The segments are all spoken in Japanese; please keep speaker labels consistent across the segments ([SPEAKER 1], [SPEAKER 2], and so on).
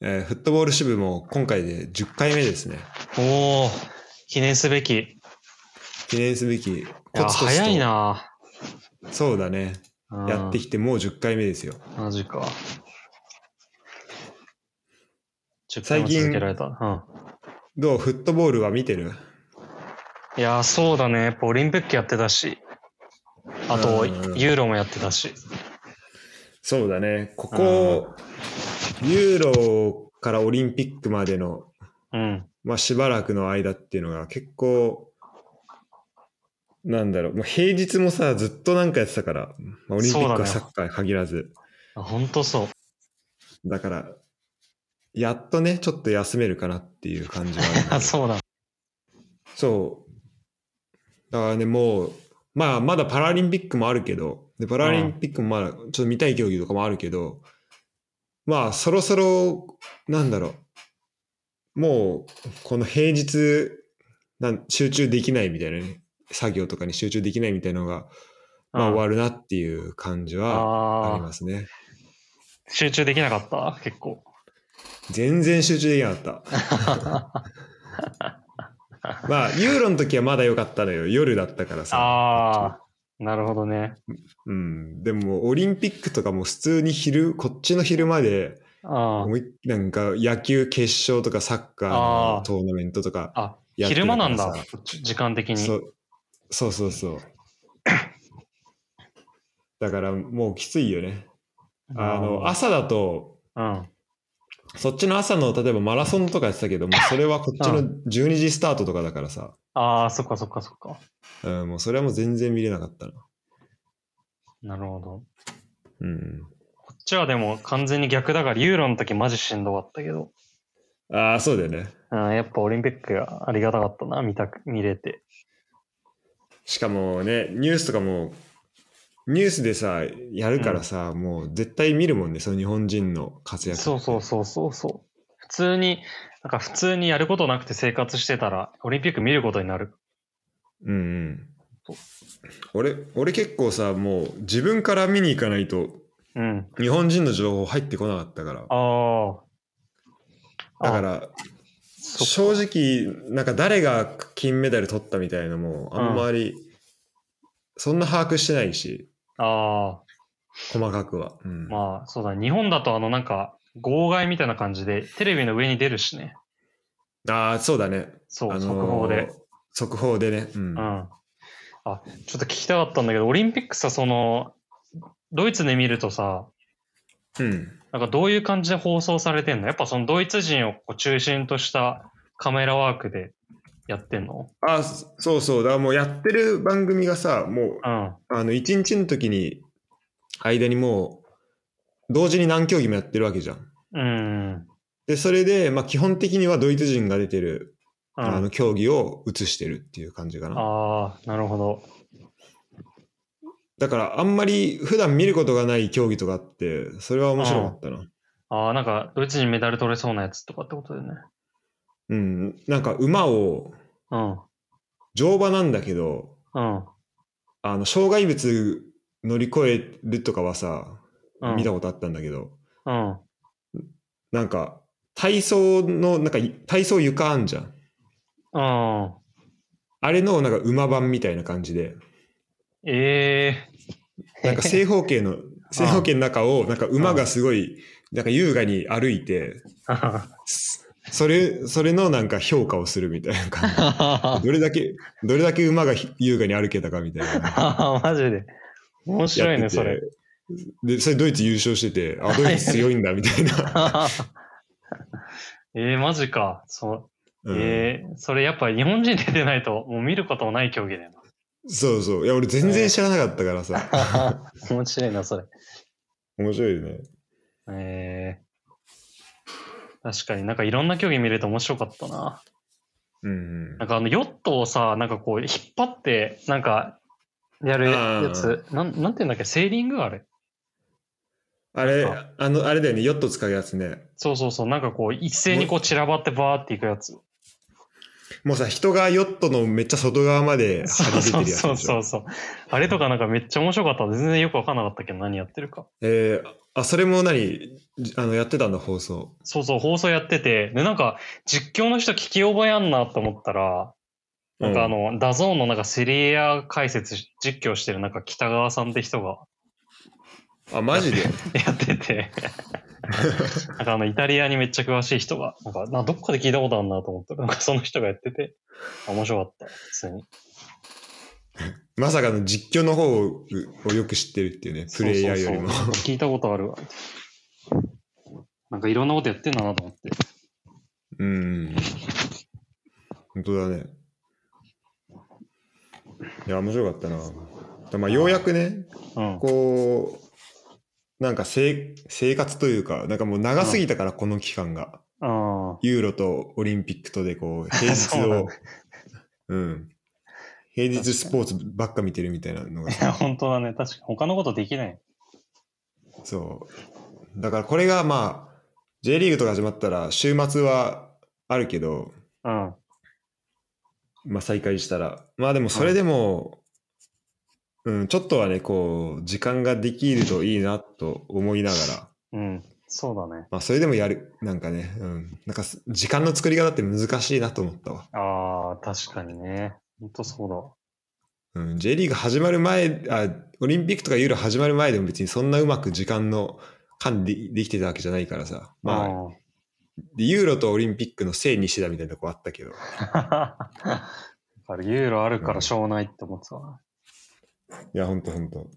[SPEAKER 1] えーフットボール支部も今回で10回目ですね。
[SPEAKER 2] おお記念すべき。い
[SPEAKER 1] 記念すべき、コ
[SPEAKER 2] や、
[SPEAKER 1] ツコツと。
[SPEAKER 2] 早いな
[SPEAKER 1] そうだね。
[SPEAKER 2] うん
[SPEAKER 1] やってきてもう10回目ですよ。
[SPEAKER 2] マジか。10
[SPEAKER 1] 最
[SPEAKER 2] 回も
[SPEAKER 1] 近
[SPEAKER 2] 続けられた。うん。
[SPEAKER 1] どうフットボールは見てる
[SPEAKER 2] いやー、そうだね。やっぱオリンピックやってたし、あと、
[SPEAKER 1] うんうん
[SPEAKER 2] ユーロもやってたし。
[SPEAKER 1] そうだね。ここ、ユーロからオリンピックまでの、
[SPEAKER 2] うん。
[SPEAKER 1] まあ、しばらくの間っていうのが結構、なんだろう、もう平日もさ、ずっとなんかやってたから、まあ、オリンピッ
[SPEAKER 2] そうだ
[SPEAKER 1] クは
[SPEAKER 2] ね
[SPEAKER 1] サッカーに限らず。
[SPEAKER 2] あほんとそう。
[SPEAKER 1] だから、やっとね、ちょっと休めるかなっていう感じはあるんだけど
[SPEAKER 2] あ、そうだ。
[SPEAKER 1] そう。だからね、もう、まあ、まだパラリンピックもあるけど、でパラリンピックもまだ、ちょっと見たい競技とかもあるけど、まあ、そろそろ、なんだろう、もう、この平日なん、集中できないみたいなね、作業とかに集中できないみたいなのが、まあ、
[SPEAKER 2] うん
[SPEAKER 1] 終わるなっていう感じはあり
[SPEAKER 2] ああ
[SPEAKER 1] ますね。
[SPEAKER 2] ー、集中できなかった結構。
[SPEAKER 1] 全然集中できなか った。まあ、ユーロの時はまだ良かったのよ。夜だったからさ。
[SPEAKER 2] ああ、なるほどね。
[SPEAKER 1] うん、でもオリンピックとかも普通に昼こっちの昼まで
[SPEAKER 2] あ
[SPEAKER 1] 思いなんか野球決勝とかサッカーの
[SPEAKER 2] あー
[SPEAKER 1] トーナメントとか
[SPEAKER 2] あ。あ、
[SPEAKER 1] やってる
[SPEAKER 2] 昼
[SPEAKER 1] か
[SPEAKER 2] 間
[SPEAKER 1] ら
[SPEAKER 2] なんだ
[SPEAKER 1] さ。
[SPEAKER 2] じ時間的に。
[SPEAKER 1] そうそうそうそう だからもうきついよねあの朝だと
[SPEAKER 2] うん。
[SPEAKER 1] そっちの朝の例えばマラソンとかやってたけどもそれはこっちの12時スタートとかだからさ、
[SPEAKER 2] ああ、そっかそっかそっか。
[SPEAKER 1] うん、もうそれはもう全然見れなかったな
[SPEAKER 2] なるほど。
[SPEAKER 1] うん
[SPEAKER 2] こっちはでも完全に逆だから、ユーロの時マジしんどかったけど、
[SPEAKER 1] ああそうだよね
[SPEAKER 2] うん、やっぱオリンピックがありがたかったな、見たく、見れて。
[SPEAKER 1] しかもね、ニュースとかも、ニュースでさ、やるからさ、もう絶対見るもんね、その日本人の活躍。
[SPEAKER 2] そうそうそうそうそう。普通に、なんか普通にやることなくて生活してたら、オリンピック見ることになる。
[SPEAKER 1] うんうん
[SPEAKER 2] そう。
[SPEAKER 1] 俺、俺結構さ、もう自分から見に行かないと、
[SPEAKER 2] うん。
[SPEAKER 1] 日本人の情報入ってこなかったから。
[SPEAKER 2] ああ。
[SPEAKER 1] だか
[SPEAKER 2] あ、
[SPEAKER 1] ら、
[SPEAKER 2] そ
[SPEAKER 1] 正直、なんか誰が金メダル取ったみたいなのも、あんまり、そんな把握してないし、
[SPEAKER 2] ああ。
[SPEAKER 1] 細かくは。うん
[SPEAKER 2] まあ、そうだ、日本だとあの、なんか、号外みたいな感じで、テレビの上に出るしね。
[SPEAKER 1] ああ、そうだね。
[SPEAKER 2] そう、
[SPEAKER 1] あのー
[SPEAKER 2] 速報で。。
[SPEAKER 1] 速報でね。うん。
[SPEAKER 2] うん。あ、ちょっと聞きたかったんだけど、オリンピックさ、その、ドイツで見るとさ、
[SPEAKER 1] うん
[SPEAKER 2] なんかどういう感じで放送されてんのやっぱそのドイツ人をこう中心としたカメラワークでやってんの
[SPEAKER 1] あ、そそうそう。だからもうやってる番組がさ、もう、
[SPEAKER 2] うん。
[SPEAKER 1] あの、一日の時に、間にもう、同時に何競技もやってるわけじゃん。
[SPEAKER 2] うん。うん
[SPEAKER 1] で、それで、まあ基本的にはドイツ人が出てる、あの、競技を映してるっていう感じかな。
[SPEAKER 2] ああ、なるほど。
[SPEAKER 1] だから、あんまり普段見ることがない競技とかあって、それは面白かったな。
[SPEAKER 2] ああ、なんか、ドイツ人メダル取れそうなやつとかってことだよね。
[SPEAKER 1] うん。なんか、馬を、
[SPEAKER 2] うん。
[SPEAKER 1] 乗馬なんだけど、
[SPEAKER 2] うん。
[SPEAKER 1] あの、障害物乗り越えるとかはさ、
[SPEAKER 2] うん。
[SPEAKER 1] 見たことあったんだけど、
[SPEAKER 2] うん。
[SPEAKER 1] なんか、体操の、なんか、体操床あんじゃん。
[SPEAKER 2] うん。
[SPEAKER 1] あれの、なんか、馬版みたいな感じで、
[SPEAKER 2] ええー。
[SPEAKER 1] なんか、正方形の、正方形の中を、なんか、馬がすごい、なんか、優雅に歩いて、すそれ、それのなんか、評価をするみたいな感じ。どれだけ、どれだけ馬がひ優雅に歩けたかみたいな。
[SPEAKER 2] マジで。 面白い
[SPEAKER 1] や
[SPEAKER 2] ね、
[SPEAKER 1] ってて
[SPEAKER 2] それ。。
[SPEAKER 1] で、それドイツ優勝してて、あ、ドイツ強いんだ、みたい な。
[SPEAKER 2] ええー、マジか。そう。
[SPEAKER 1] うん
[SPEAKER 2] ええー、それやっぱ日本人出てないと、もう見ることもない競技だよ
[SPEAKER 1] そうそう。いや、俺全然知らなかったからさ。
[SPEAKER 2] な。面白いな、それ。
[SPEAKER 1] 面白いよね。
[SPEAKER 2] ええー。確かになんかいろんな競技見れて面白かったな。
[SPEAKER 1] うんうん
[SPEAKER 2] なんかあのヨットをさ、なんかこう引っ張って、なんかやるやつ、なんなんていうんだっけ、セーリングあれ。
[SPEAKER 1] あれ
[SPEAKER 2] なん、
[SPEAKER 1] あの、あれだよね、ヨット使うやつね。
[SPEAKER 2] そうそうそう、なんかこう一斉にこう散らばってバーっていくやつ。
[SPEAKER 1] もうさ、人がヨットのめっちゃ外側まで張
[SPEAKER 2] そう
[SPEAKER 1] り出て
[SPEAKER 2] そ
[SPEAKER 1] る
[SPEAKER 2] う
[SPEAKER 1] やつで
[SPEAKER 2] そう
[SPEAKER 1] し
[SPEAKER 2] そう
[SPEAKER 1] ょ。
[SPEAKER 2] そう。あれとかなんかめっちゃ面白かった。全然よくわかんなかったけど何やってるか。
[SPEAKER 1] えーあ、それも何じあの、やってたんだ、放送。
[SPEAKER 2] そうそう、放送やってて、で、なんか、実況の人聞き覚えあんなと思ったら、なんかあの、ダゾーンのなんかセリエア解説し、実況してるなんか北川さんって人が
[SPEAKER 1] あ、マ ジで
[SPEAKER 2] やってて、なんかあの、イタリアにめっちゃ詳しい人が、なんか、などっかで聞いたことあるなと思ったら、なんかその人がやってて、あ面白かった、普通に。
[SPEAKER 1] まさかの実況の方ををよく知ってるっていうね、プレイヤーよりも。
[SPEAKER 2] そうそうそう聞いたことあるわ。なんかいろんなことやってんだなと思って。
[SPEAKER 1] うん。本当だね。いや、面白かったな。だまあ、ようやくね、
[SPEAKER 2] うん。
[SPEAKER 1] こう、なんか生生活というか、なんかもう長すぎたから、この期間が。
[SPEAKER 2] あ
[SPEAKER 1] ユーロとオリンピックとで、こう、平
[SPEAKER 2] そ
[SPEAKER 1] 日
[SPEAKER 2] うなん
[SPEAKER 1] を、うん。平日スポーツばっか見てるみたいなのが
[SPEAKER 2] あ。いや、本当だね。確かに他のことできない。
[SPEAKER 1] そう。だからこれがまあ、J リーグとか始まったら、週末はあるけど、
[SPEAKER 2] うん。
[SPEAKER 1] まあ再開したら。まあでもそれでも、うん、ちょっとはね、こう、時間ができるといいなと思いながら、
[SPEAKER 2] うん。そうだね。
[SPEAKER 1] まあそれでもやる、なんかね、うん、なんかす時間の作り方って難しいなと思ったわ。
[SPEAKER 2] ああ、確かにね。本当そうだわ。
[SPEAKER 1] うん、J リーグ始まる前、あ、オリンピックとかユーロ始まる前でも別にそんなうまく時間の管理できてたわけじゃないからさ。まあ、 でユーロとオリンピックのせいにしてたみたいなとこあったけど。
[SPEAKER 2] あ。だからユーロあるからしょうがないって思ってたわ。
[SPEAKER 1] いや、ほんとほんと。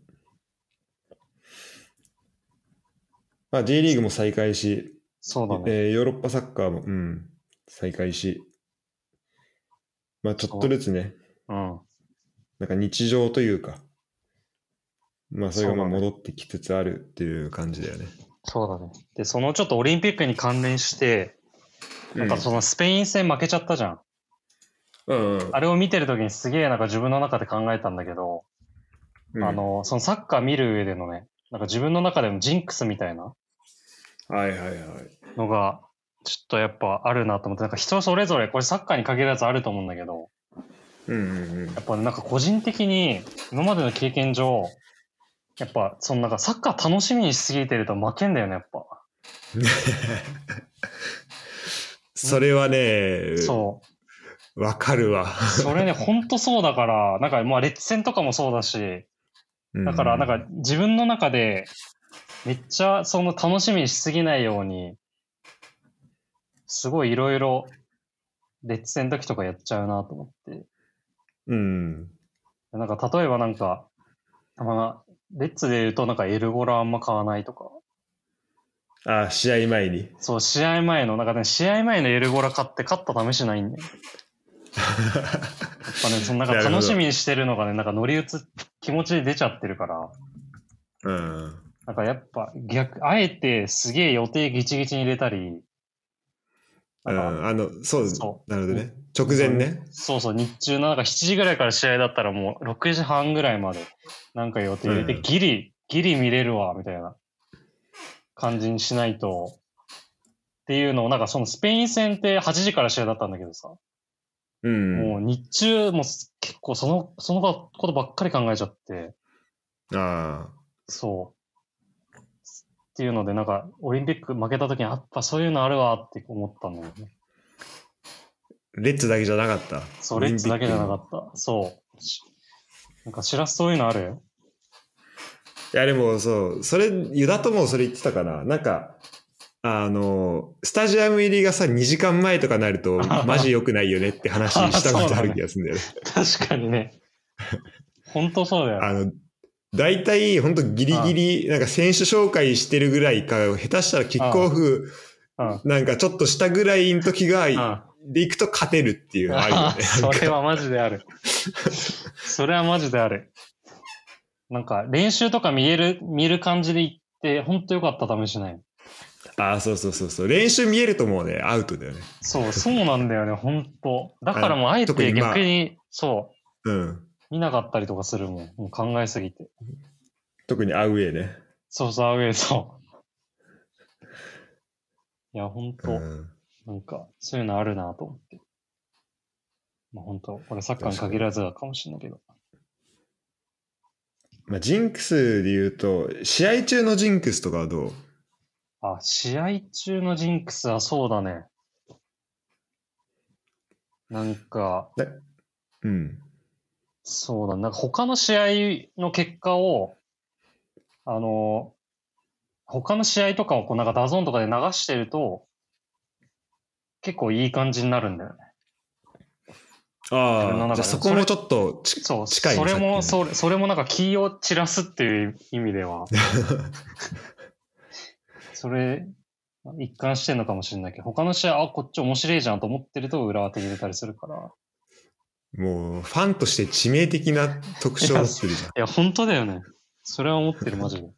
[SPEAKER 1] まあ、J リーグも再開し、
[SPEAKER 2] そうだ
[SPEAKER 1] え
[SPEAKER 2] ね。
[SPEAKER 1] ーヨーロッパサッカーも、うん、再開し、まあ、ちょっとずつね、
[SPEAKER 2] うん。
[SPEAKER 1] なんか日常というか、まあ、それがまあ
[SPEAKER 2] そうだね
[SPEAKER 1] 戻ってきつつあるっていう感じだよね。
[SPEAKER 2] そうだね。で、そのちょっとオリンピックに関連して、なんかそのスペイン戦負けちゃったじゃん。
[SPEAKER 1] うん、うん
[SPEAKER 2] あれを見てるときにすげえなんか自分の中で考えたんだけど、
[SPEAKER 1] うん
[SPEAKER 2] あ、の、そのサッカー見る上でのね、なんか自分の中でのジンクスみたいな
[SPEAKER 1] はいはいはい。
[SPEAKER 2] のが、ちょっとやっぱあるなと思って、なんか人それぞれ、これサッカーに限るやつあると思うんだけど、
[SPEAKER 1] うんうんうん
[SPEAKER 2] やっぱなんか個人的に今までの経験上、やっぱそのなんかサッカー楽しみにしすぎてると負けんだよね、やっぱ。
[SPEAKER 1] それはね、
[SPEAKER 2] そう。
[SPEAKER 1] わかるわ。
[SPEAKER 2] それね、ほんとそうだから、なんかまあ、レッツ戦とかもそうだし、だから、なんか自分の中で、めっちゃその楽しみにしすぎないように、すごいいろいろ、レッツ戦の時とかやっちゃうなと思って。
[SPEAKER 1] うん、
[SPEAKER 2] なんか、例えばなんか、まあ、レッツで言うとなんかエルゴラあんま買わないとか、
[SPEAKER 1] あ、試合前 に。
[SPEAKER 2] そう、試合前の、なんかね、試合前のエルゴラ買って勝った試しないんだよ。やっぱね、そのなんか
[SPEAKER 1] なるほど
[SPEAKER 2] 楽しみにしてるのがね、なんか乗り移っ、気持ちで出ちゃってるから。
[SPEAKER 1] うん。
[SPEAKER 2] なんかやっぱ逆、あえてすげえ予定ギチギチに入れたり、
[SPEAKER 1] うん、
[SPEAKER 2] なんか
[SPEAKER 1] あの、そう、
[SPEAKER 2] そ
[SPEAKER 1] なるほどね。直前ね。
[SPEAKER 2] そうそう、日中のなんか7時ぐらいから試合だったらもう6時半ぐらいまでなんか予定入れ
[SPEAKER 1] う
[SPEAKER 2] て、
[SPEAKER 1] ん
[SPEAKER 2] ギリ、ギリ見れるわ、みたいな感じにしないと。っていうのを、なんかそのスペイン戦って8時から試合だったんだけどさ、
[SPEAKER 1] うん。
[SPEAKER 2] もう日中、もうす結構その、そのことばっかり考えちゃって、
[SPEAKER 1] ああ。
[SPEAKER 2] そう。っていうので、なんか、オリンピック負けた時に、やっぱそういうのあるわって思ったんだよね。
[SPEAKER 1] レッツだけじゃなかった。
[SPEAKER 2] そう、レッツだけじゃなか
[SPEAKER 1] っ
[SPEAKER 2] った。そう。しなんか、しらすそういうのある
[SPEAKER 1] た。いや、でもそう、それ、ユダともそれ言ってたかな。なんか、あの、スタジアム入りがさ、2時間前とかなる と、マジ良くないよねって話したことある気がするんだよね。
[SPEAKER 2] 確かにね。本当そうだよ。
[SPEAKER 1] あの、大体、ほんとギリギリ、なんか選手紹介してるぐらいか、下手したらキックオフ、
[SPEAKER 2] うん。
[SPEAKER 1] なんかちょっとしたぐらいの時が、
[SPEAKER 2] うん
[SPEAKER 1] で行くと勝てるっていうのある よね。
[SPEAKER 2] それはマジである。それはマジである。なんか、練習とか見える、見る感じで行って、本当よかった試しない。
[SPEAKER 1] ああ、そうそうそうそう。練習見えるともうね、アウトだよね。
[SPEAKER 2] そう、そうなんだよね、本当だからもう、あえ
[SPEAKER 1] 特
[SPEAKER 2] て
[SPEAKER 1] にまあ
[SPEAKER 2] 逆に、そう、
[SPEAKER 1] うん。
[SPEAKER 2] 見なかったりとかするもん。もう考えすぎて。
[SPEAKER 1] 特にアウェーね。
[SPEAKER 2] そうそう、アウェイそう。いや、本当
[SPEAKER 1] うん。
[SPEAKER 2] なんか、そういうのあるなと思って。まあ、本当これサッカーに限らずかもしれないけど。
[SPEAKER 1] まあ、ジンクスで言うと、試合中のジンクスとかはどう
[SPEAKER 2] あ、試合中のジンクスはそうだね。なんか、
[SPEAKER 1] うん。
[SPEAKER 2] そうだ、なんか他の試合の結果を、あの、他の試合とかをこうなんかダゾーンとかで流してると、結構いい感じになるんだよね。自分の
[SPEAKER 1] あ
[SPEAKER 2] 中
[SPEAKER 1] あ、じゃ
[SPEAKER 2] で
[SPEAKER 1] あそこもちょっとち
[SPEAKER 2] そう、
[SPEAKER 1] 近いね
[SPEAKER 2] それも、
[SPEAKER 1] さ
[SPEAKER 2] それそれもなんか気を散らすっていう意味 では、それ、一貫してんのかもしれないけど、他の試合、あ、こっち面白いじゃんと思ってると裏は手入れたりするから。
[SPEAKER 1] もうファンとして致命的な特徴を持ってるじゃん。
[SPEAKER 2] いや、本当だよね。それは思ってる、マジで。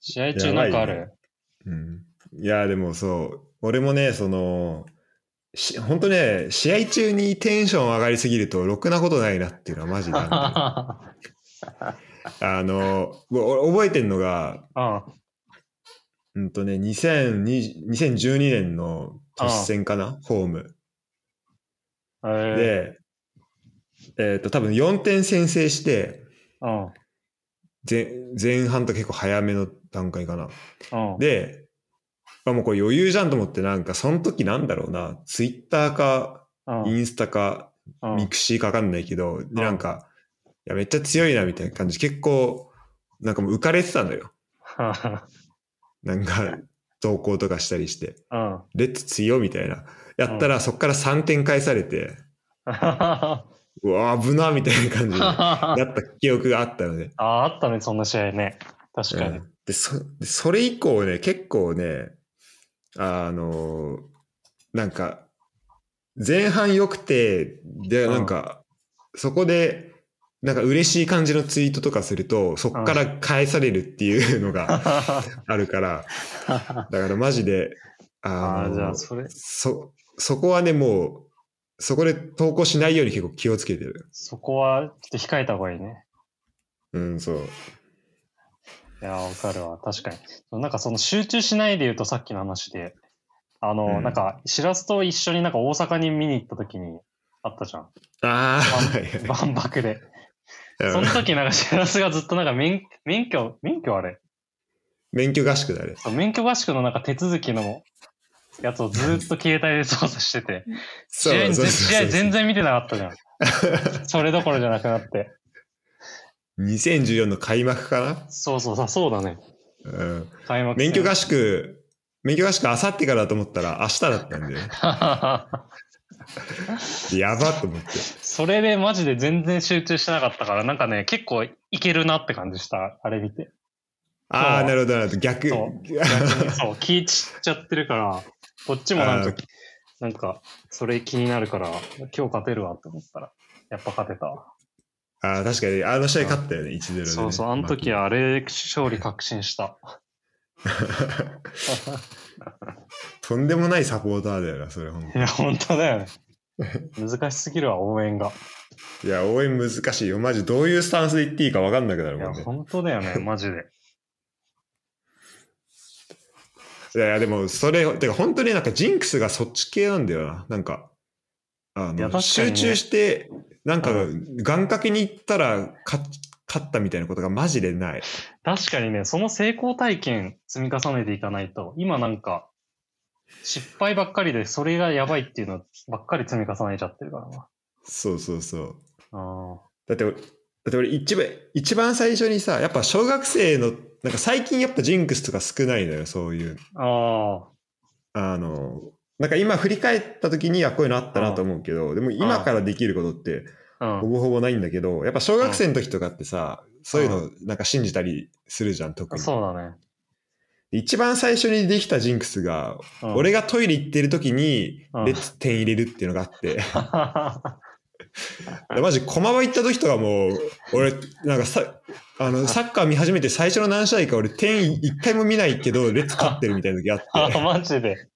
[SPEAKER 2] 試合中なんかあ
[SPEAKER 1] やばい
[SPEAKER 2] る。
[SPEAKER 1] うん、いや、でもそう、俺もね、その、し本当ね、試合中にテンション上がりすぎると、ろくなことないなっていうのはマジであるんだよね あの、お覚えてんのが、
[SPEAKER 2] あ
[SPEAKER 1] うんとね、2020 2012年の都市戦かな、ホーム。
[SPEAKER 2] あ、え
[SPEAKER 1] で、えっ、と、多分4点先制して、
[SPEAKER 2] えうん、
[SPEAKER 1] 前前半と結構早めの段階かな。
[SPEAKER 2] うん。
[SPEAKER 1] で、あもうこれ余裕じゃんと思って、なんかその時なんだろうな、ツイッターか、
[SPEAKER 2] うん、
[SPEAKER 1] インスタか、
[SPEAKER 2] うん
[SPEAKER 1] ミクシーかわかんないけど、でなんか、いや、めっちゃ強いなみたいな感じ、結構、なんかもう浮かれてたんだよ。なん か、投稿とかしたりして。
[SPEAKER 2] うん。
[SPEAKER 1] レッツ強みたいな。やったらそっから3点返されて、うわ、危なみたいな感じに な
[SPEAKER 2] あ、
[SPEAKER 1] った記憶があったので。
[SPEAKER 2] あったね、そんな試合ね。確かに。
[SPEAKER 1] うんでそでそれ以降ね、結構ね、あのーなんか、前半良くて、で、
[SPEAKER 2] うん
[SPEAKER 1] なんか、そこで、なんか嬉しい感じのツイートとかすると、そっから返されるっていうのが あるから、
[SPEAKER 2] あ
[SPEAKER 1] だからマジで、あ
[SPEAKER 2] あ
[SPEAKER 1] のー
[SPEAKER 2] ー、じゃあ、それ、
[SPEAKER 1] そ、そこはね、もう、そこで投稿しないように結構気をつけてる。
[SPEAKER 2] そこは、ちょっと控えた方がいいね。
[SPEAKER 1] うん、そう。
[SPEAKER 2] いやー、わかるわ。確かに。そうなんかその集中しないで言うとさっきの話で、あの、
[SPEAKER 1] うん
[SPEAKER 2] なんか、しらすと一緒になんか大阪に見に行った時にあった じゃん。
[SPEAKER 1] ああ、はいは
[SPEAKER 2] 万博で。
[SPEAKER 1] い
[SPEAKER 2] その時なんかしらすがずっとなんか免免許、免許あれ
[SPEAKER 1] 免許合宿だね。
[SPEAKER 2] そう免許合宿のなんか手続きのやつをずーっと携帯で操作してて、試
[SPEAKER 1] そう
[SPEAKER 2] 合
[SPEAKER 1] そうそうそう
[SPEAKER 2] 試合全然見てなかったじゃん。それどころじゃなくなって。
[SPEAKER 1] 2014の開幕か
[SPEAKER 2] そうそうそう、そうだね。
[SPEAKER 1] な、うん、
[SPEAKER 2] 開幕戦
[SPEAKER 1] 免許合宿、免許合宿あさってからだと思ったら明日だったんで、やばと思って。
[SPEAKER 2] それでマジで全然集中してなかったから、なんかね、結構いけるなって感じした、あれ見て。
[SPEAKER 1] あ
[SPEAKER 2] そ
[SPEAKER 1] あ、
[SPEAKER 2] う
[SPEAKER 1] なるほど、なるほど。逆。
[SPEAKER 2] そう逆にそう、気散っちゃってるから、こっちもなん
[SPEAKER 1] あ
[SPEAKER 2] か
[SPEAKER 1] ー、
[SPEAKER 2] なんか、それ気になるから、今日勝てるわって思ったら、やっぱ勝てたわ。
[SPEAKER 1] ああ、確かに、あの試合勝ったよね、1-0で、ね。
[SPEAKER 2] そうそう、あの時
[SPEAKER 1] は。
[SPEAKER 2] はあれ、勝利確信した。
[SPEAKER 1] とんでもないサポーターだよな、それ、本
[SPEAKER 2] いや、本当だよ ね。難しすぎるわ、応援が。
[SPEAKER 1] 当いや、応援難しいよ。マジ、どういうスタンスで言っていいか分かんなくなる
[SPEAKER 2] い
[SPEAKER 1] も
[SPEAKER 2] や、
[SPEAKER 1] んね。
[SPEAKER 2] 本当だ よね、マジで。
[SPEAKER 1] いやいや、でも、それ、てか、本当になんか、ジンクスがそっち系なんだよな。なんか、あ
[SPEAKER 2] いや
[SPEAKER 1] の、
[SPEAKER 2] 確かにね
[SPEAKER 1] 集中して、なんか、
[SPEAKER 2] う
[SPEAKER 1] 願掛けに行ったら、勝勝ったみたいなことがマジでない。
[SPEAKER 2] 確かにね、その成功体験積み重ねていかないと、今なんか、失敗ばっかりで、それがやばいっていうのばっかり積み重ねちゃってるからな。
[SPEAKER 1] そうそうそう。
[SPEAKER 2] あ
[SPEAKER 1] だって、だって俺、一番、一番最初にさ、やっぱ小学生の、なんか最近やっぱジンクスとか少ないのよ、そういう。
[SPEAKER 2] ーあ
[SPEAKER 1] あの、なんか今振り返った時にはこういうのあったなと思うけど、でも今からできることって、
[SPEAKER 2] ー、う
[SPEAKER 1] ほ
[SPEAKER 2] ん。
[SPEAKER 1] ぼほぼないんだけど、やっぱ小学生の時とかってさ、そういうのなんか信じたりするじゃん、特に。
[SPEAKER 2] そうだね。
[SPEAKER 1] 一番最初にできたジンクスが、
[SPEAKER 2] うん、
[SPEAKER 1] 俺がトイレ行ってる時に
[SPEAKER 2] うん、
[SPEAKER 1] レッツ点入れるっていうのがあって、
[SPEAKER 2] が。
[SPEAKER 1] マジ駒場行った時とかもう、俺、なんかさ、あの、サッカー見始めて最初の何試合か俺点一回も見ないけど、レッツ勝ってるみたいな時あ
[SPEAKER 2] あ
[SPEAKER 1] って、
[SPEAKER 2] マジで。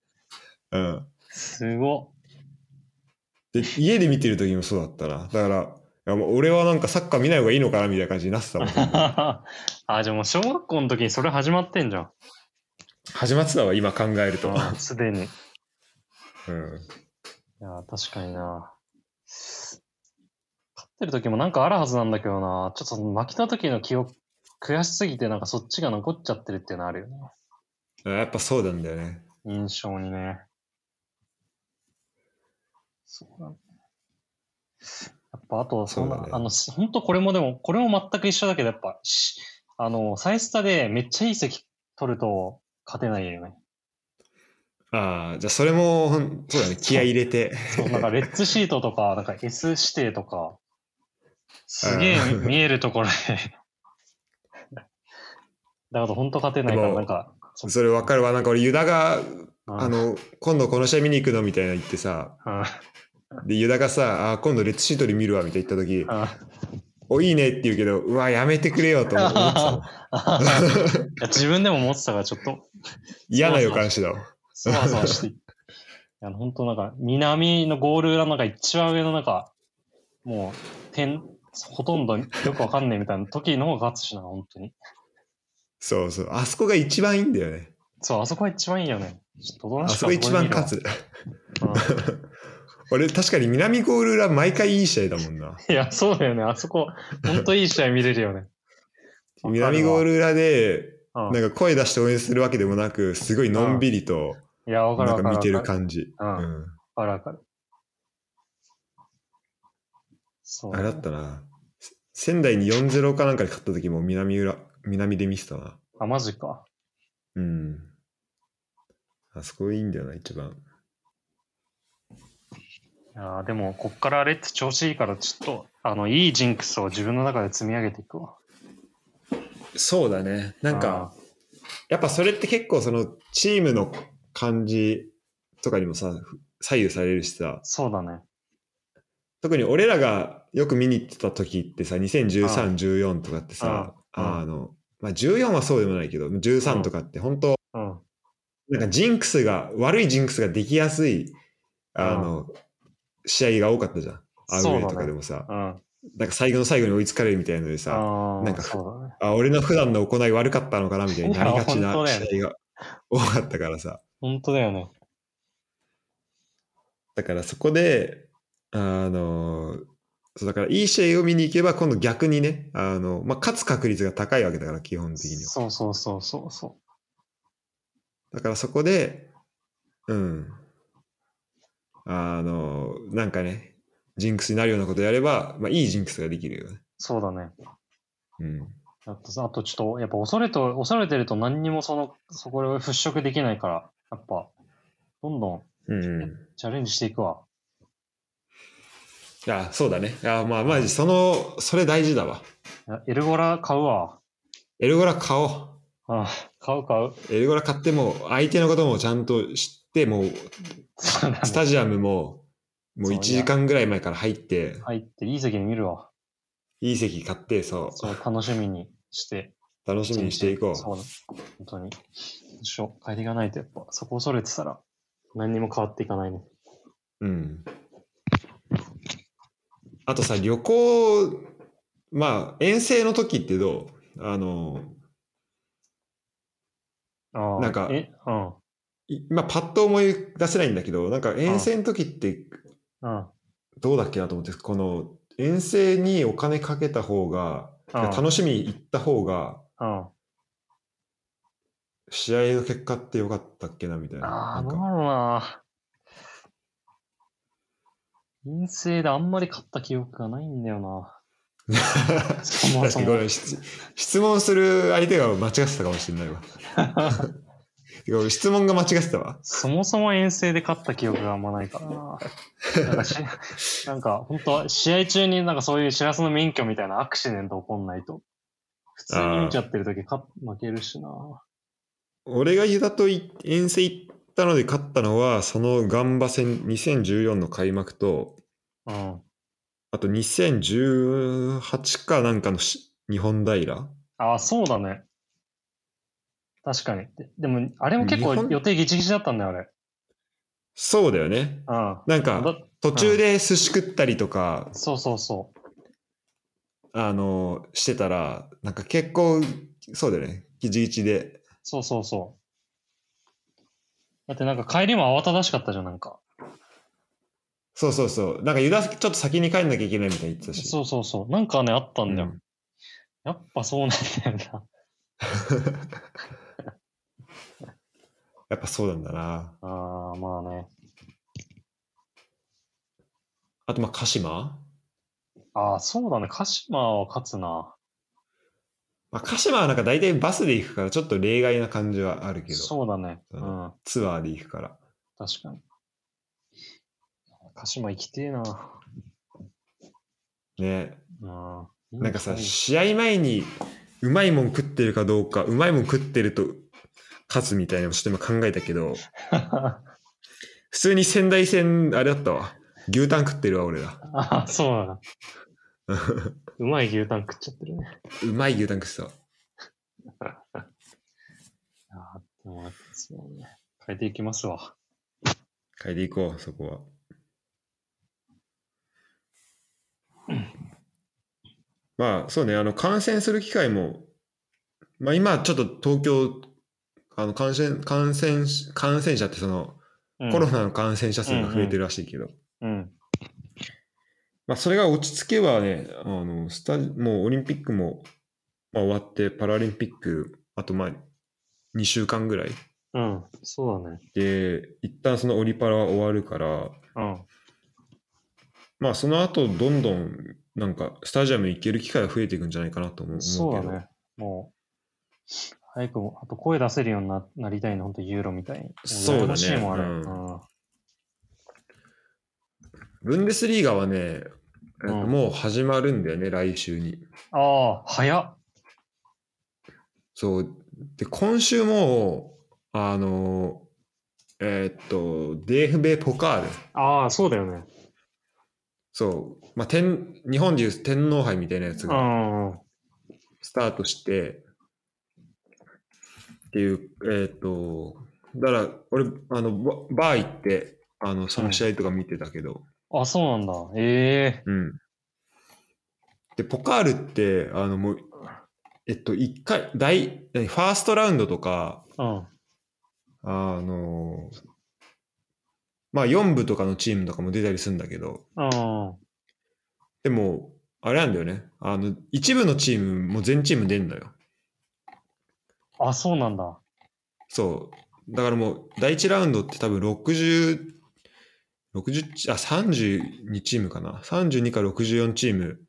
[SPEAKER 1] うん。
[SPEAKER 2] すご
[SPEAKER 1] で家で見てる時もそうだったなだからいやもう俺はなんかサッカー見ない方がいいのかなみたいな感じになってたもん
[SPEAKER 2] っ。 あ、じゃあもう小学校の時にそれ始まってんじゃん。
[SPEAKER 1] 始まってたわ今考えると、
[SPEAKER 2] あーすでに。い
[SPEAKER 1] うん、
[SPEAKER 2] やー、確かにな。勝ってる時もなんかあるはずなんだけどな、ちょっと負けた時の記憶、悔しすぎてなんかそっちが残っちゃってるっていうのあるよね。
[SPEAKER 1] あやっぱそうなんだよね。
[SPEAKER 2] 印象にね。そうだね。やっぱあと、そんな、
[SPEAKER 1] そうだね
[SPEAKER 2] あの、し本当これもでも、これも全く一緒だけど、やっぱ、しあの、サイスタでめっちゃいい席取ると勝てないよね。
[SPEAKER 1] ああ、じゃあそれもほん、そうだね、気合い入れて。
[SPEAKER 2] そう、なんかレッツシートとか、なんか S 指定とか、すげえ
[SPEAKER 1] うん
[SPEAKER 2] 見えるところで。だから本当勝てないから、なんか、
[SPEAKER 1] それ分かるわ。なんか俺、ユダが、
[SPEAKER 2] うん
[SPEAKER 1] あ、の、今度この試合見に行くのみたいな言ってさ、
[SPEAKER 2] うん、
[SPEAKER 1] で、ユダがさ、あー今度レッツシートで見るわみたいな言った時、
[SPEAKER 2] うん
[SPEAKER 1] お、いいねって言うけど、うわ、やめてくれよと 思ってた
[SPEAKER 2] い
[SPEAKER 1] もん
[SPEAKER 2] や自分でも持ってたから、ちょっと、
[SPEAKER 1] 嫌な予感してたわ。
[SPEAKER 2] そわそ わして。いや、本当なんか、南のゴール裏の中、一番上の中、もう、点、ほとんどよくわかんねえみたいな時の方が勝つしな、本当に。
[SPEAKER 1] そうそう。あそこが一番いいんだよね。
[SPEAKER 2] そう、あそこが一番いいよね。ちょっとおと
[SPEAKER 1] あ
[SPEAKER 2] なしく
[SPEAKER 1] そこ一番勝
[SPEAKER 2] つ。
[SPEAKER 1] つ。
[SPEAKER 2] うん
[SPEAKER 1] 俺、確かに南ゴール裏、毎回いい試合だもんな。
[SPEAKER 2] いや、そうだよね。あそこ、ほんといい試合見れるよね。
[SPEAKER 1] 南ゴー
[SPEAKER 2] ル、
[SPEAKER 1] ル裏で、
[SPEAKER 2] うん
[SPEAKER 1] なんか声出して応援するわけでもなく、すごいのんびりと、
[SPEAKER 2] いや、わかる
[SPEAKER 1] な
[SPEAKER 2] わ
[SPEAKER 1] ん
[SPEAKER 2] か
[SPEAKER 1] か
[SPEAKER 2] る。
[SPEAKER 1] 見てる
[SPEAKER 2] わか
[SPEAKER 1] 感じ。
[SPEAKER 2] う
[SPEAKER 1] うんん。
[SPEAKER 2] るわかる。そう。
[SPEAKER 1] あれだったな。せ仙台に4-0かなんかで勝った時も南裏、南で見せたな。
[SPEAKER 2] あ、マジか。
[SPEAKER 1] うん。あそこいいんだよな、一番。
[SPEAKER 2] いやーでも、こっからあれって調子いいから、ちょっと、あの、いいジンクスを自分の中で積み上げていくわ。
[SPEAKER 1] そうだね。なんか、やっぱそれって結構そのチームの感じとかにもさ、ふ左右されるしさ、
[SPEAKER 2] そうだね。
[SPEAKER 1] 特に俺らがよく見に行ってた時ってさ、2013、14とかってさ、
[SPEAKER 2] うんうん
[SPEAKER 1] あの、まあ、14はそうでもないけど、13とかって本当、
[SPEAKER 2] うん。
[SPEAKER 1] なんかジンクスが、悪いジンクスができやすい、あの、試合が多かったじゃん。アウ
[SPEAKER 2] そ
[SPEAKER 1] ェ
[SPEAKER 2] うだ
[SPEAKER 1] イ
[SPEAKER 2] ね
[SPEAKER 1] とかでもさ、
[SPEAKER 2] うん。あ
[SPEAKER 1] なんか最後の最後に追いつかれるみたいなのでさ、
[SPEAKER 2] あー、
[SPEAKER 1] なんか
[SPEAKER 2] そうだね。
[SPEAKER 1] あ、俺の普段の行い悪かったのかなみたいになりがち
[SPEAKER 2] いや
[SPEAKER 1] な
[SPEAKER 2] 本当だよね
[SPEAKER 1] 試合が多かったからさ。
[SPEAKER 2] ほんとだよね。
[SPEAKER 1] だからそこで、あの、そうだからいい試合を見に行けば今度逆にね、あの、まあ、勝つ確率が高いわけだから基本的には。
[SPEAKER 2] そうそうそうそうそ
[SPEAKER 1] だからそこで、うん。あの、なんかね、ジンクスになるようなことやれば、まあ、いいジンクスができるよね。
[SPEAKER 2] う。そうだね。
[SPEAKER 1] うん。
[SPEAKER 2] あとさ、あとちょっと、やっぱ恐れと、恐れてると何にもその、そこを払拭できないから、やっぱ、どんどん
[SPEAKER 1] うん、うん。
[SPEAKER 2] チャレンジしていくわ。
[SPEAKER 1] いや、そうだね。いや、まあ、マジ、その、それ大事だわ。
[SPEAKER 2] いやエルゴラ買うわ。
[SPEAKER 1] エルゴラ買おう。
[SPEAKER 2] ああ買う買う。
[SPEAKER 1] エルゴラ買っても、相手のこともちゃんと知って、もう、
[SPEAKER 2] そうだね
[SPEAKER 1] スタジアムも、もう
[SPEAKER 2] そう
[SPEAKER 1] 1時間ぐらい前から入って、
[SPEAKER 2] 入っていい席で見るわ。
[SPEAKER 1] いい席買って、そ
[SPEAKER 2] そう、楽しみにして。
[SPEAKER 1] う、楽しみにしていこう。
[SPEAKER 2] そうだ。本当に。どうしよう。帰りがないと、やっぱ、そこ恐れてたら、何にも変わっていかないね。
[SPEAKER 1] うん。あとさ、旅行、まあ、遠征の時ってどうあの、
[SPEAKER 2] ああ。
[SPEAKER 1] なんか
[SPEAKER 2] え、うん。
[SPEAKER 1] いまあ、パッと思い出せないんだけど、なんか遠征の時って
[SPEAKER 2] うん。
[SPEAKER 1] どうだっけなと思って、この遠征にお金かけた方が、
[SPEAKER 2] うん
[SPEAKER 1] 楽しみに行った方が、
[SPEAKER 2] うん。
[SPEAKER 1] 試合の結果って良かったっけなみたい
[SPEAKER 2] あ
[SPEAKER 1] な。な
[SPEAKER 2] あ、
[SPEAKER 1] ん
[SPEAKER 2] ど
[SPEAKER 1] か
[SPEAKER 2] うだろうな。陰性であんまり勝った記憶がないんだよな。そも
[SPEAKER 1] 確
[SPEAKER 2] そ
[SPEAKER 1] かに
[SPEAKER 2] も
[SPEAKER 1] ごめん質質問する相手が間違ってたかもしれ ないわ。 てか俺質問が間違ってたわ。
[SPEAKER 2] そもそも遠征で勝った記憶があんまないからな。なんかし、 なんか本当は試合中になんかそういう知らせの免許みたいなアクシデント起こんないと。普通に見ちゃってるとき勝っ負けるしな。
[SPEAKER 1] 俺がユダとい遠征行ったので勝ったのは、そのガンバ戦2014の開幕と、
[SPEAKER 2] うん。
[SPEAKER 1] あと2018かなんかのし日本平
[SPEAKER 2] ああ、そうだね。確かに。ででも、あれも結構
[SPEAKER 1] 日本
[SPEAKER 2] 予定ギチギチだったんだよ、あれ。
[SPEAKER 1] そうだよね。
[SPEAKER 2] うん。
[SPEAKER 1] なん
[SPEAKER 2] だ
[SPEAKER 1] か途中で寿司食ったりとか、
[SPEAKER 2] そうそうそう。
[SPEAKER 1] あの、してたら、なんか結構、そうだよね。ギチギチで。
[SPEAKER 2] そうそうそう。だってなんか帰りも慌ただしかったじゃん、なんか。
[SPEAKER 1] そうそうそう。なんかユダちょっと先に帰んなきゃいけないみたいに言ってたし。
[SPEAKER 2] そうそうそう。なんかね、あったんだよ。
[SPEAKER 1] うん
[SPEAKER 2] やっぱそうなんだ よ
[SPEAKER 1] やっぱそうなんだな。
[SPEAKER 2] な。ああ、まあね。
[SPEAKER 1] あとまあ鹿島
[SPEAKER 2] ああ、そうだね。鹿島は勝つな。
[SPEAKER 1] まあ、鹿島はなんか大体バスで行くからちょっと例外な感じはあるけど、
[SPEAKER 2] そうだね。う
[SPEAKER 1] うん
[SPEAKER 2] ん。
[SPEAKER 1] ツアーで行くから。
[SPEAKER 2] 確かに。鹿島行きてえな。
[SPEAKER 1] ね。
[SPEAKER 2] うん。
[SPEAKER 1] なんかさ、
[SPEAKER 2] いい
[SPEAKER 1] 試合前にうまいもん食ってるかどうか、うまいもん食ってると勝つみたいなのをちょっと今考えたけど、
[SPEAKER 2] あ
[SPEAKER 1] 普通に仙台戦、あれだったわ。牛タン食ってるわ、俺ら。
[SPEAKER 2] あ、そうだ な。うまい牛タン食っちゃってるね。
[SPEAKER 1] うまい牛タン食って
[SPEAKER 2] ああ、でも、そうね。変えていきますわ。
[SPEAKER 1] た。変えていこう、そこ は。まあ、そうね、あの、感染する機会も、まあ今、ちょっと東京、あの、感染、感染し、感染者ってその、
[SPEAKER 2] うん
[SPEAKER 1] コロナの感染者数が増えてるらしいけど、
[SPEAKER 2] うん。
[SPEAKER 1] まあ、それが落ち着けばね、あのスタジもうオリンピックも、まあ、終わって、パラリンピック、あとまあ2週間ぐらい
[SPEAKER 2] うん。そうだね。
[SPEAKER 1] で、一旦そのオリパラは終わるから、
[SPEAKER 2] うん。
[SPEAKER 1] まあ、その後どんどん、なんか、スタジアム行ける機会が増えていくんじゃないかなと思う
[SPEAKER 2] そ
[SPEAKER 1] 思
[SPEAKER 2] うだ
[SPEAKER 1] うけど、
[SPEAKER 2] ね。もう、早くも、あと声出せるようにななりたいの、本当ユーロみたいに。
[SPEAKER 1] そうだね
[SPEAKER 2] 羨ましいもんあれ
[SPEAKER 1] うん
[SPEAKER 2] うん
[SPEAKER 1] ブンデスリーガはね、えっと
[SPEAKER 2] うん
[SPEAKER 1] もう始まるんだよね、来週に。
[SPEAKER 2] ああ、早っ。
[SPEAKER 1] そう。で、今週も、あの、えーっと、DFB ポカール。
[SPEAKER 2] ああ、そうだよね。
[SPEAKER 1] そう。まあ、天、日本でいう天皇杯みたいなやつ
[SPEAKER 2] う
[SPEAKER 1] が
[SPEAKER 2] ん。うん
[SPEAKER 1] スタートして、っていう、えっ、と、だから、俺、あの、ババー行って、あの、その試合とか見てたけど、
[SPEAKER 2] あ、そうなんだ。ええ
[SPEAKER 1] うん。で、ポカールって、あの、もう、えっと、一回、第、何ファーストラウンドとか、
[SPEAKER 2] うん。
[SPEAKER 1] あの、まあ、4部とかのチームとかも出たりするんだけど、
[SPEAKER 2] うん。
[SPEAKER 1] でも、あれなんだよね。あの、一部のチームも全チーム出んのよ。
[SPEAKER 2] あ、そうなんだ。
[SPEAKER 1] そう。だからもう、第1ラウンドって多分60、60チ、あ、32チームかな。32から64チーム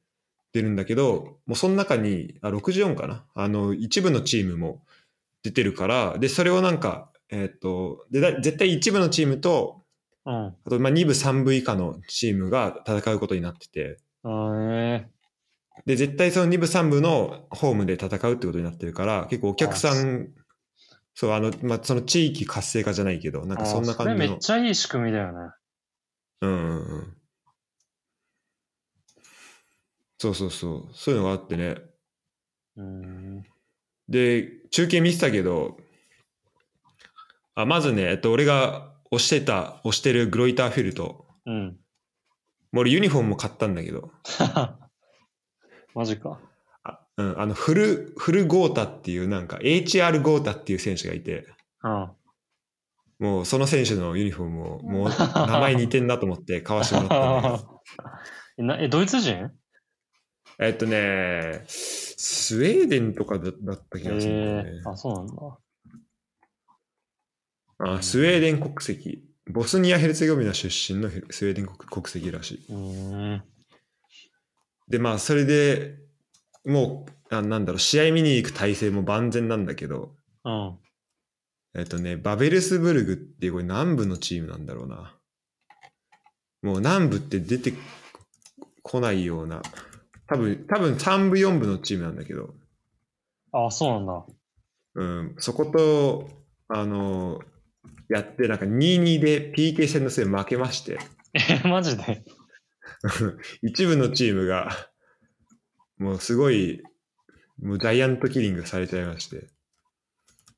[SPEAKER 1] 出るんだけど、もうその中に、あ、64かな。あの、一部のチームも出てるから、で、それをなんか、えーっと、で、だ絶対一部のチームと、
[SPEAKER 2] うん。
[SPEAKER 1] あと、まあ、2部、3部以下のチームが戦うことになってて、
[SPEAKER 2] うんえ
[SPEAKER 1] で、絶対その2部3部のホームで戦うってことになってるから、結構お客さ
[SPEAKER 2] あ
[SPEAKER 1] ん、そう、あの、まあ、その地域活性化じゃないけど、
[SPEAKER 2] え
[SPEAKER 1] なんかそんな
[SPEAKER 2] あ
[SPEAKER 1] 感
[SPEAKER 2] それ
[SPEAKER 1] じ
[SPEAKER 2] めっ
[SPEAKER 1] の。
[SPEAKER 2] ちゃいい仕組みだよね。
[SPEAKER 1] うんうんうん。そうそうそう。そういうのがあってね。
[SPEAKER 2] うん。
[SPEAKER 1] で、中継見てたけど、あまずね、えっと、俺が推してた、推してるグロイターフィルト。
[SPEAKER 2] うん。
[SPEAKER 1] もう俺ユニフォームも買ったんだけど、
[SPEAKER 2] マジか。
[SPEAKER 1] あうん、あの、フル、フルゴータっていう、なんか、HR ゴータっていう選手がいて、
[SPEAKER 2] うん。
[SPEAKER 1] もうその選手のユニフォームを、もう名前似てんなと思って買わしてもらったんだけ
[SPEAKER 2] えなえ、ドイツ人
[SPEAKER 1] ど。えっとね、スウェーデンとかだだった気
[SPEAKER 2] え
[SPEAKER 1] がするんだよね
[SPEAKER 2] え。あ、そうなんだ。
[SPEAKER 1] あスウェーデン国籍。ボスニア・ヘルツェゴビナ出身のヘルスウェーデン国国籍らしい。
[SPEAKER 2] うん。
[SPEAKER 1] で、まあ、それでもう、あなんだろう、試合見に行く体制も万全なんだけど、
[SPEAKER 2] うん。
[SPEAKER 1] えっとね、バベルスブルグっていう、これ南部のチームなんだろうな。もう南部って出てこないような。多分、多分3部4部のチームなんだけど、
[SPEAKER 2] あ、そうなんだ。
[SPEAKER 1] うん、そこと、あのやって、なんか2-2で PK 戦の末負けまして、
[SPEAKER 2] え、マジで。
[SPEAKER 1] 一部のチームが、もうすごい、もうジャイアントキリングされちゃいまして。
[SPEAKER 2] で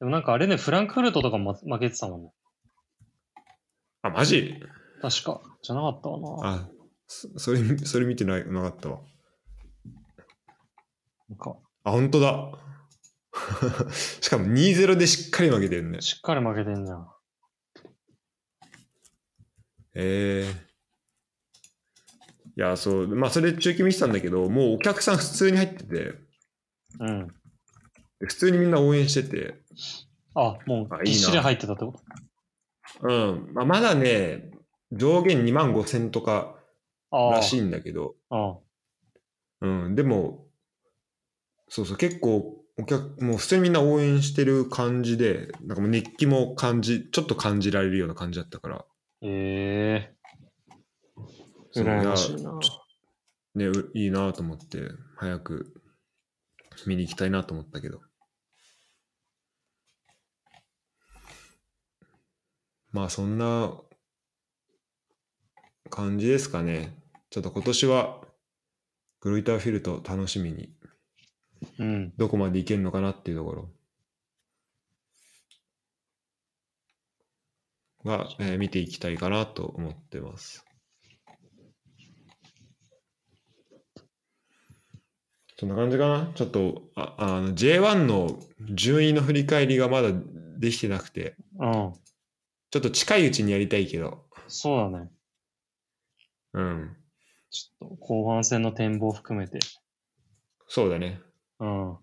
[SPEAKER 2] もなんかあれね、フランクフルトとかも負けてたもんね。
[SPEAKER 1] あ、マジ
[SPEAKER 2] 確か。じゃなかったわな。
[SPEAKER 1] あ、そそれ、それ見てないなかったわ。
[SPEAKER 2] なんか、
[SPEAKER 1] あ、本当だ。 しかも2-0でしっかり負けてるね。
[SPEAKER 2] しっかり負けてんじゃん。
[SPEAKER 1] えいや、そう、まあ、それで中継見てたんだけど、もうお客さん普通に入ってて、
[SPEAKER 2] うん。
[SPEAKER 1] 普通にみんな応援してて、
[SPEAKER 2] あ、も
[SPEAKER 1] あいいな
[SPEAKER 2] うぎっしり入ってたってこと
[SPEAKER 1] うん、まあ、まだね、上限2万5千とから
[SPEAKER 2] ああ
[SPEAKER 1] らしいんだけど、
[SPEAKER 2] あ
[SPEAKER 1] うん、でも、そうそう、結構、お客、もう普通にみんな応援してる感じで、なんかもう熱気も感じ、ちょっと感じられるような感じだったから、
[SPEAKER 2] ええ
[SPEAKER 1] そう
[SPEAKER 2] 羨ましいな。
[SPEAKER 1] ね、ういいなと思って、早く見に行きたいなと思ったけど。まあそんな感じですかね。ちょっと今年はグロイターフィルト楽しみに、
[SPEAKER 2] うん。
[SPEAKER 1] どこまで行けるのかなっていうところは、えー見ていきたいかなと思ってます。そんな感じかなちょっとああの J1 の順位の振り返りがまだできてなくて、
[SPEAKER 2] うん。
[SPEAKER 1] ちょっと近いうちにやりたいけど、
[SPEAKER 2] そうだね。
[SPEAKER 1] うん、
[SPEAKER 2] ちょっと後半戦の展望含めて。
[SPEAKER 1] そうだね。
[SPEAKER 2] うん。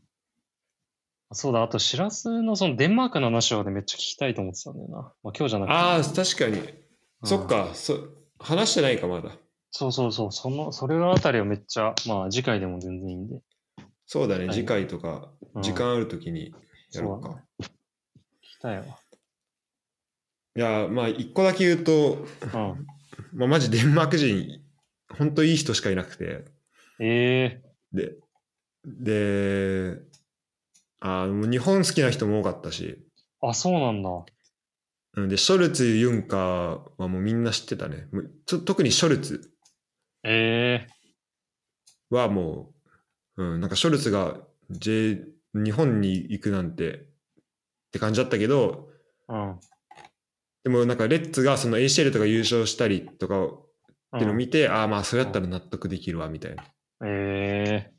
[SPEAKER 2] そうだ、あと、シラスのそのデンマークの話をね、めっちゃ聞きたいと思ってたんだよな。まあ、今日じゃなくて。
[SPEAKER 1] ああ、確かに。
[SPEAKER 2] うん
[SPEAKER 1] そっ。か、そ話してないか、まだ。
[SPEAKER 2] そうそうそう。その、それのあたりをめっちゃ、まあ、次回でも全然いいんで。
[SPEAKER 1] そうだね、
[SPEAKER 2] はい
[SPEAKER 1] 次回とか、
[SPEAKER 2] うん
[SPEAKER 1] 時間あるときにやろうか。
[SPEAKER 2] そうだ聞きたいわ。
[SPEAKER 1] いや、まあ、一個だけ言うと、
[SPEAKER 2] うん。
[SPEAKER 1] まあ、マジデンマーク人、本当いい人しかいなくて、
[SPEAKER 2] ええ
[SPEAKER 1] で、で、あもう日本好きな人も多かったし、
[SPEAKER 2] あ、そうなんだ。
[SPEAKER 1] うんで、ショルツ、ユンカーはもうみんな知ってたね。もうちょ特にショルツ
[SPEAKER 2] ええ
[SPEAKER 1] はもう、うん、なんかショルツが、J、日本に行くなんてって感じだったけど、
[SPEAKER 2] うん。
[SPEAKER 1] でもなんかレッツがその ACL とか優勝したりとかを
[SPEAKER 2] う
[SPEAKER 1] っていうのを
[SPEAKER 2] ん、
[SPEAKER 1] 見て、ああまあそうやったら納得できるわみたいな
[SPEAKER 2] え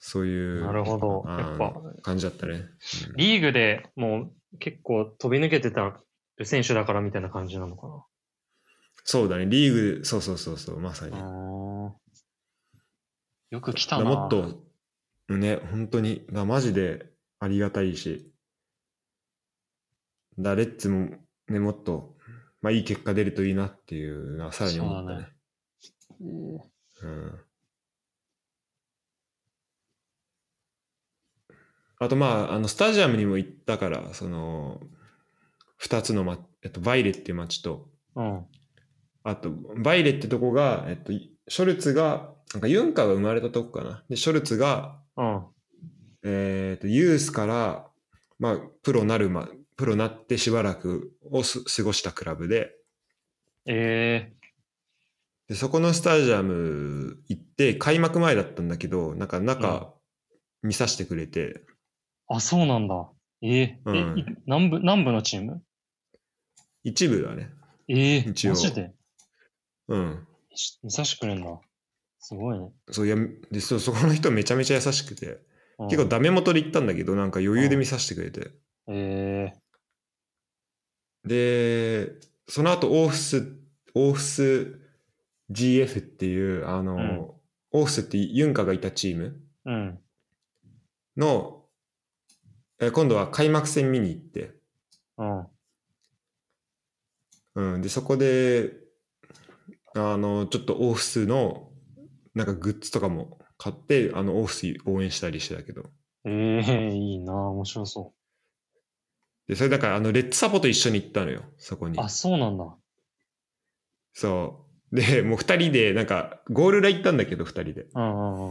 [SPEAKER 1] そう
[SPEAKER 2] え
[SPEAKER 1] いう
[SPEAKER 2] なるほど。
[SPEAKER 1] あー
[SPEAKER 2] やっぱ、
[SPEAKER 1] 感じだったね、
[SPEAKER 2] リーグでもう結構飛び抜けてた選手だからみたいな感じなのか
[SPEAKER 1] そうだねリーグそうそうそうそうまさに
[SPEAKER 2] な。うんよく来
[SPEAKER 1] だ
[SPEAKER 2] た
[SPEAKER 1] から
[SPEAKER 2] な。
[SPEAKER 1] もっとね本当にだからマジでありがたいしだからレッツもねもっとまあいい結果出るといいなっていうのはさらに思ったね
[SPEAKER 2] うん
[SPEAKER 1] うんあとまあ、あのスタジアムにも行ったから、その、2つの、ま、えっと、バイレっていう町と、
[SPEAKER 2] うん。
[SPEAKER 1] あと、バイレってとこが、えっと、ショルツが、なんかユンカーが生まれたとこかな。で、ショルツが、
[SPEAKER 2] うん。
[SPEAKER 1] えっと、ユースから、まあ、プロなるま、プロなってしばらくをす過ごしたクラブで、
[SPEAKER 2] ええ
[SPEAKER 1] で、そこのスタジアム行って、開幕前だったんだけど、なんか中見させてくれて、
[SPEAKER 2] あ、そうなんだ。ええ
[SPEAKER 1] うん
[SPEAKER 2] えい南部、南部のチーム
[SPEAKER 1] 一部だね。
[SPEAKER 2] ええ
[SPEAKER 1] 一応
[SPEAKER 2] マジで
[SPEAKER 1] うん。
[SPEAKER 2] し見さしてくれんだ。すごいね。
[SPEAKER 1] そう、いや、で、そうそこの人めちゃめちゃ優しくて、
[SPEAKER 2] うん
[SPEAKER 1] 結構ダメ元で行ったんだけど、なんか余裕で見させてくれて。
[SPEAKER 2] え
[SPEAKER 1] で、その後、オーフス、オーフス GF っていう、あの、
[SPEAKER 2] うん
[SPEAKER 1] オーフスってユンカがいたチーム
[SPEAKER 2] えうん。
[SPEAKER 1] の、え今度は開幕戦見に行って、
[SPEAKER 2] うん。
[SPEAKER 1] うん、でそこであのちょっとオフスのなんかグッズとかも買ってあのオフス応援したりしてたけど
[SPEAKER 2] ええいいな面白そ
[SPEAKER 1] でそれだからあのレッツサポと一緒に行ったのよそこに
[SPEAKER 2] う。あ、そうなんだ。
[SPEAKER 1] そうでもう2人でなんかゴール裏行ったんだけど2人で
[SPEAKER 2] うんうんうん。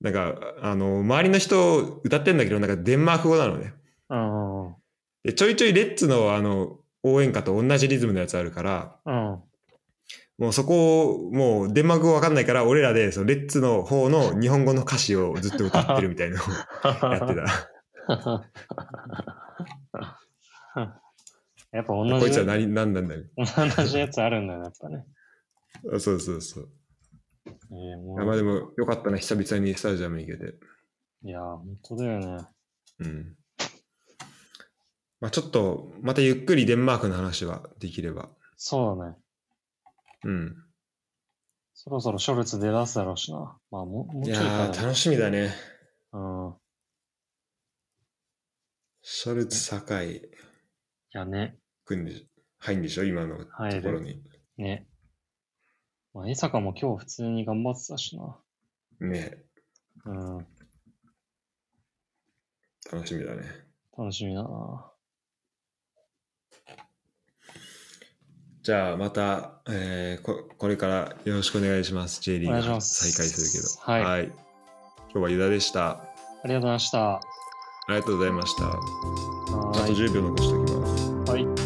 [SPEAKER 1] なんかあの周りの人歌ってんだけどなんかデンマーク語なのね
[SPEAKER 2] うんうん
[SPEAKER 1] でちょいちょいレッツのあの応援歌と同じリズムのやつあるから
[SPEAKER 2] うん。うん。
[SPEAKER 1] もうそこを、もうデンマーク語わかんないから、俺らで、そのレッツの方の日本語の歌詞をずっと歌ってるみたいな のをやってた。
[SPEAKER 2] やっぱ 同じ
[SPEAKER 1] こいつは何、何なんだよ。
[SPEAKER 2] 同じやつあるんだよね、やっぱね。
[SPEAKER 1] あそうそうそう。
[SPEAKER 2] えーも
[SPEAKER 1] まあ
[SPEAKER 2] う
[SPEAKER 1] でも、よかったな、久々にスタジアムに行けて。
[SPEAKER 2] いやー、本当だよね。
[SPEAKER 1] うん。まあちょっと、またゆっくりデンマークの話はできれば。
[SPEAKER 2] そうだね。
[SPEAKER 1] うん。
[SPEAKER 2] そろそろショルツ出だすだろうしな。まあ、ももう
[SPEAKER 1] い
[SPEAKER 2] ちょい
[SPEAKER 1] や
[SPEAKER 2] かな
[SPEAKER 1] ー、楽しみだね。
[SPEAKER 2] うん。い
[SPEAKER 1] ショルツ、酒井
[SPEAKER 2] やね、
[SPEAKER 1] 君で入るんでしょ今のとこ
[SPEAKER 2] 入る
[SPEAKER 1] ろに。
[SPEAKER 2] ね。まあ、江坂も今日普通に頑張ってたしな。
[SPEAKER 1] ね
[SPEAKER 2] うん。
[SPEAKER 1] 楽しみだね。
[SPEAKER 2] 楽しみだな。
[SPEAKER 1] じゃあ、また、えーこ、これからよろしくお願いします。J リー
[SPEAKER 2] お願いし
[SPEAKER 1] グ
[SPEAKER 2] ま
[SPEAKER 1] 再
[SPEAKER 2] す
[SPEAKER 1] 開するけど。
[SPEAKER 2] はい
[SPEAKER 1] はい。今日はユダでした。あ
[SPEAKER 2] ありがとうございました。は
[SPEAKER 1] りがとうございました。あと
[SPEAKER 2] ーい
[SPEAKER 1] 10秒残しておきます。
[SPEAKER 2] はい。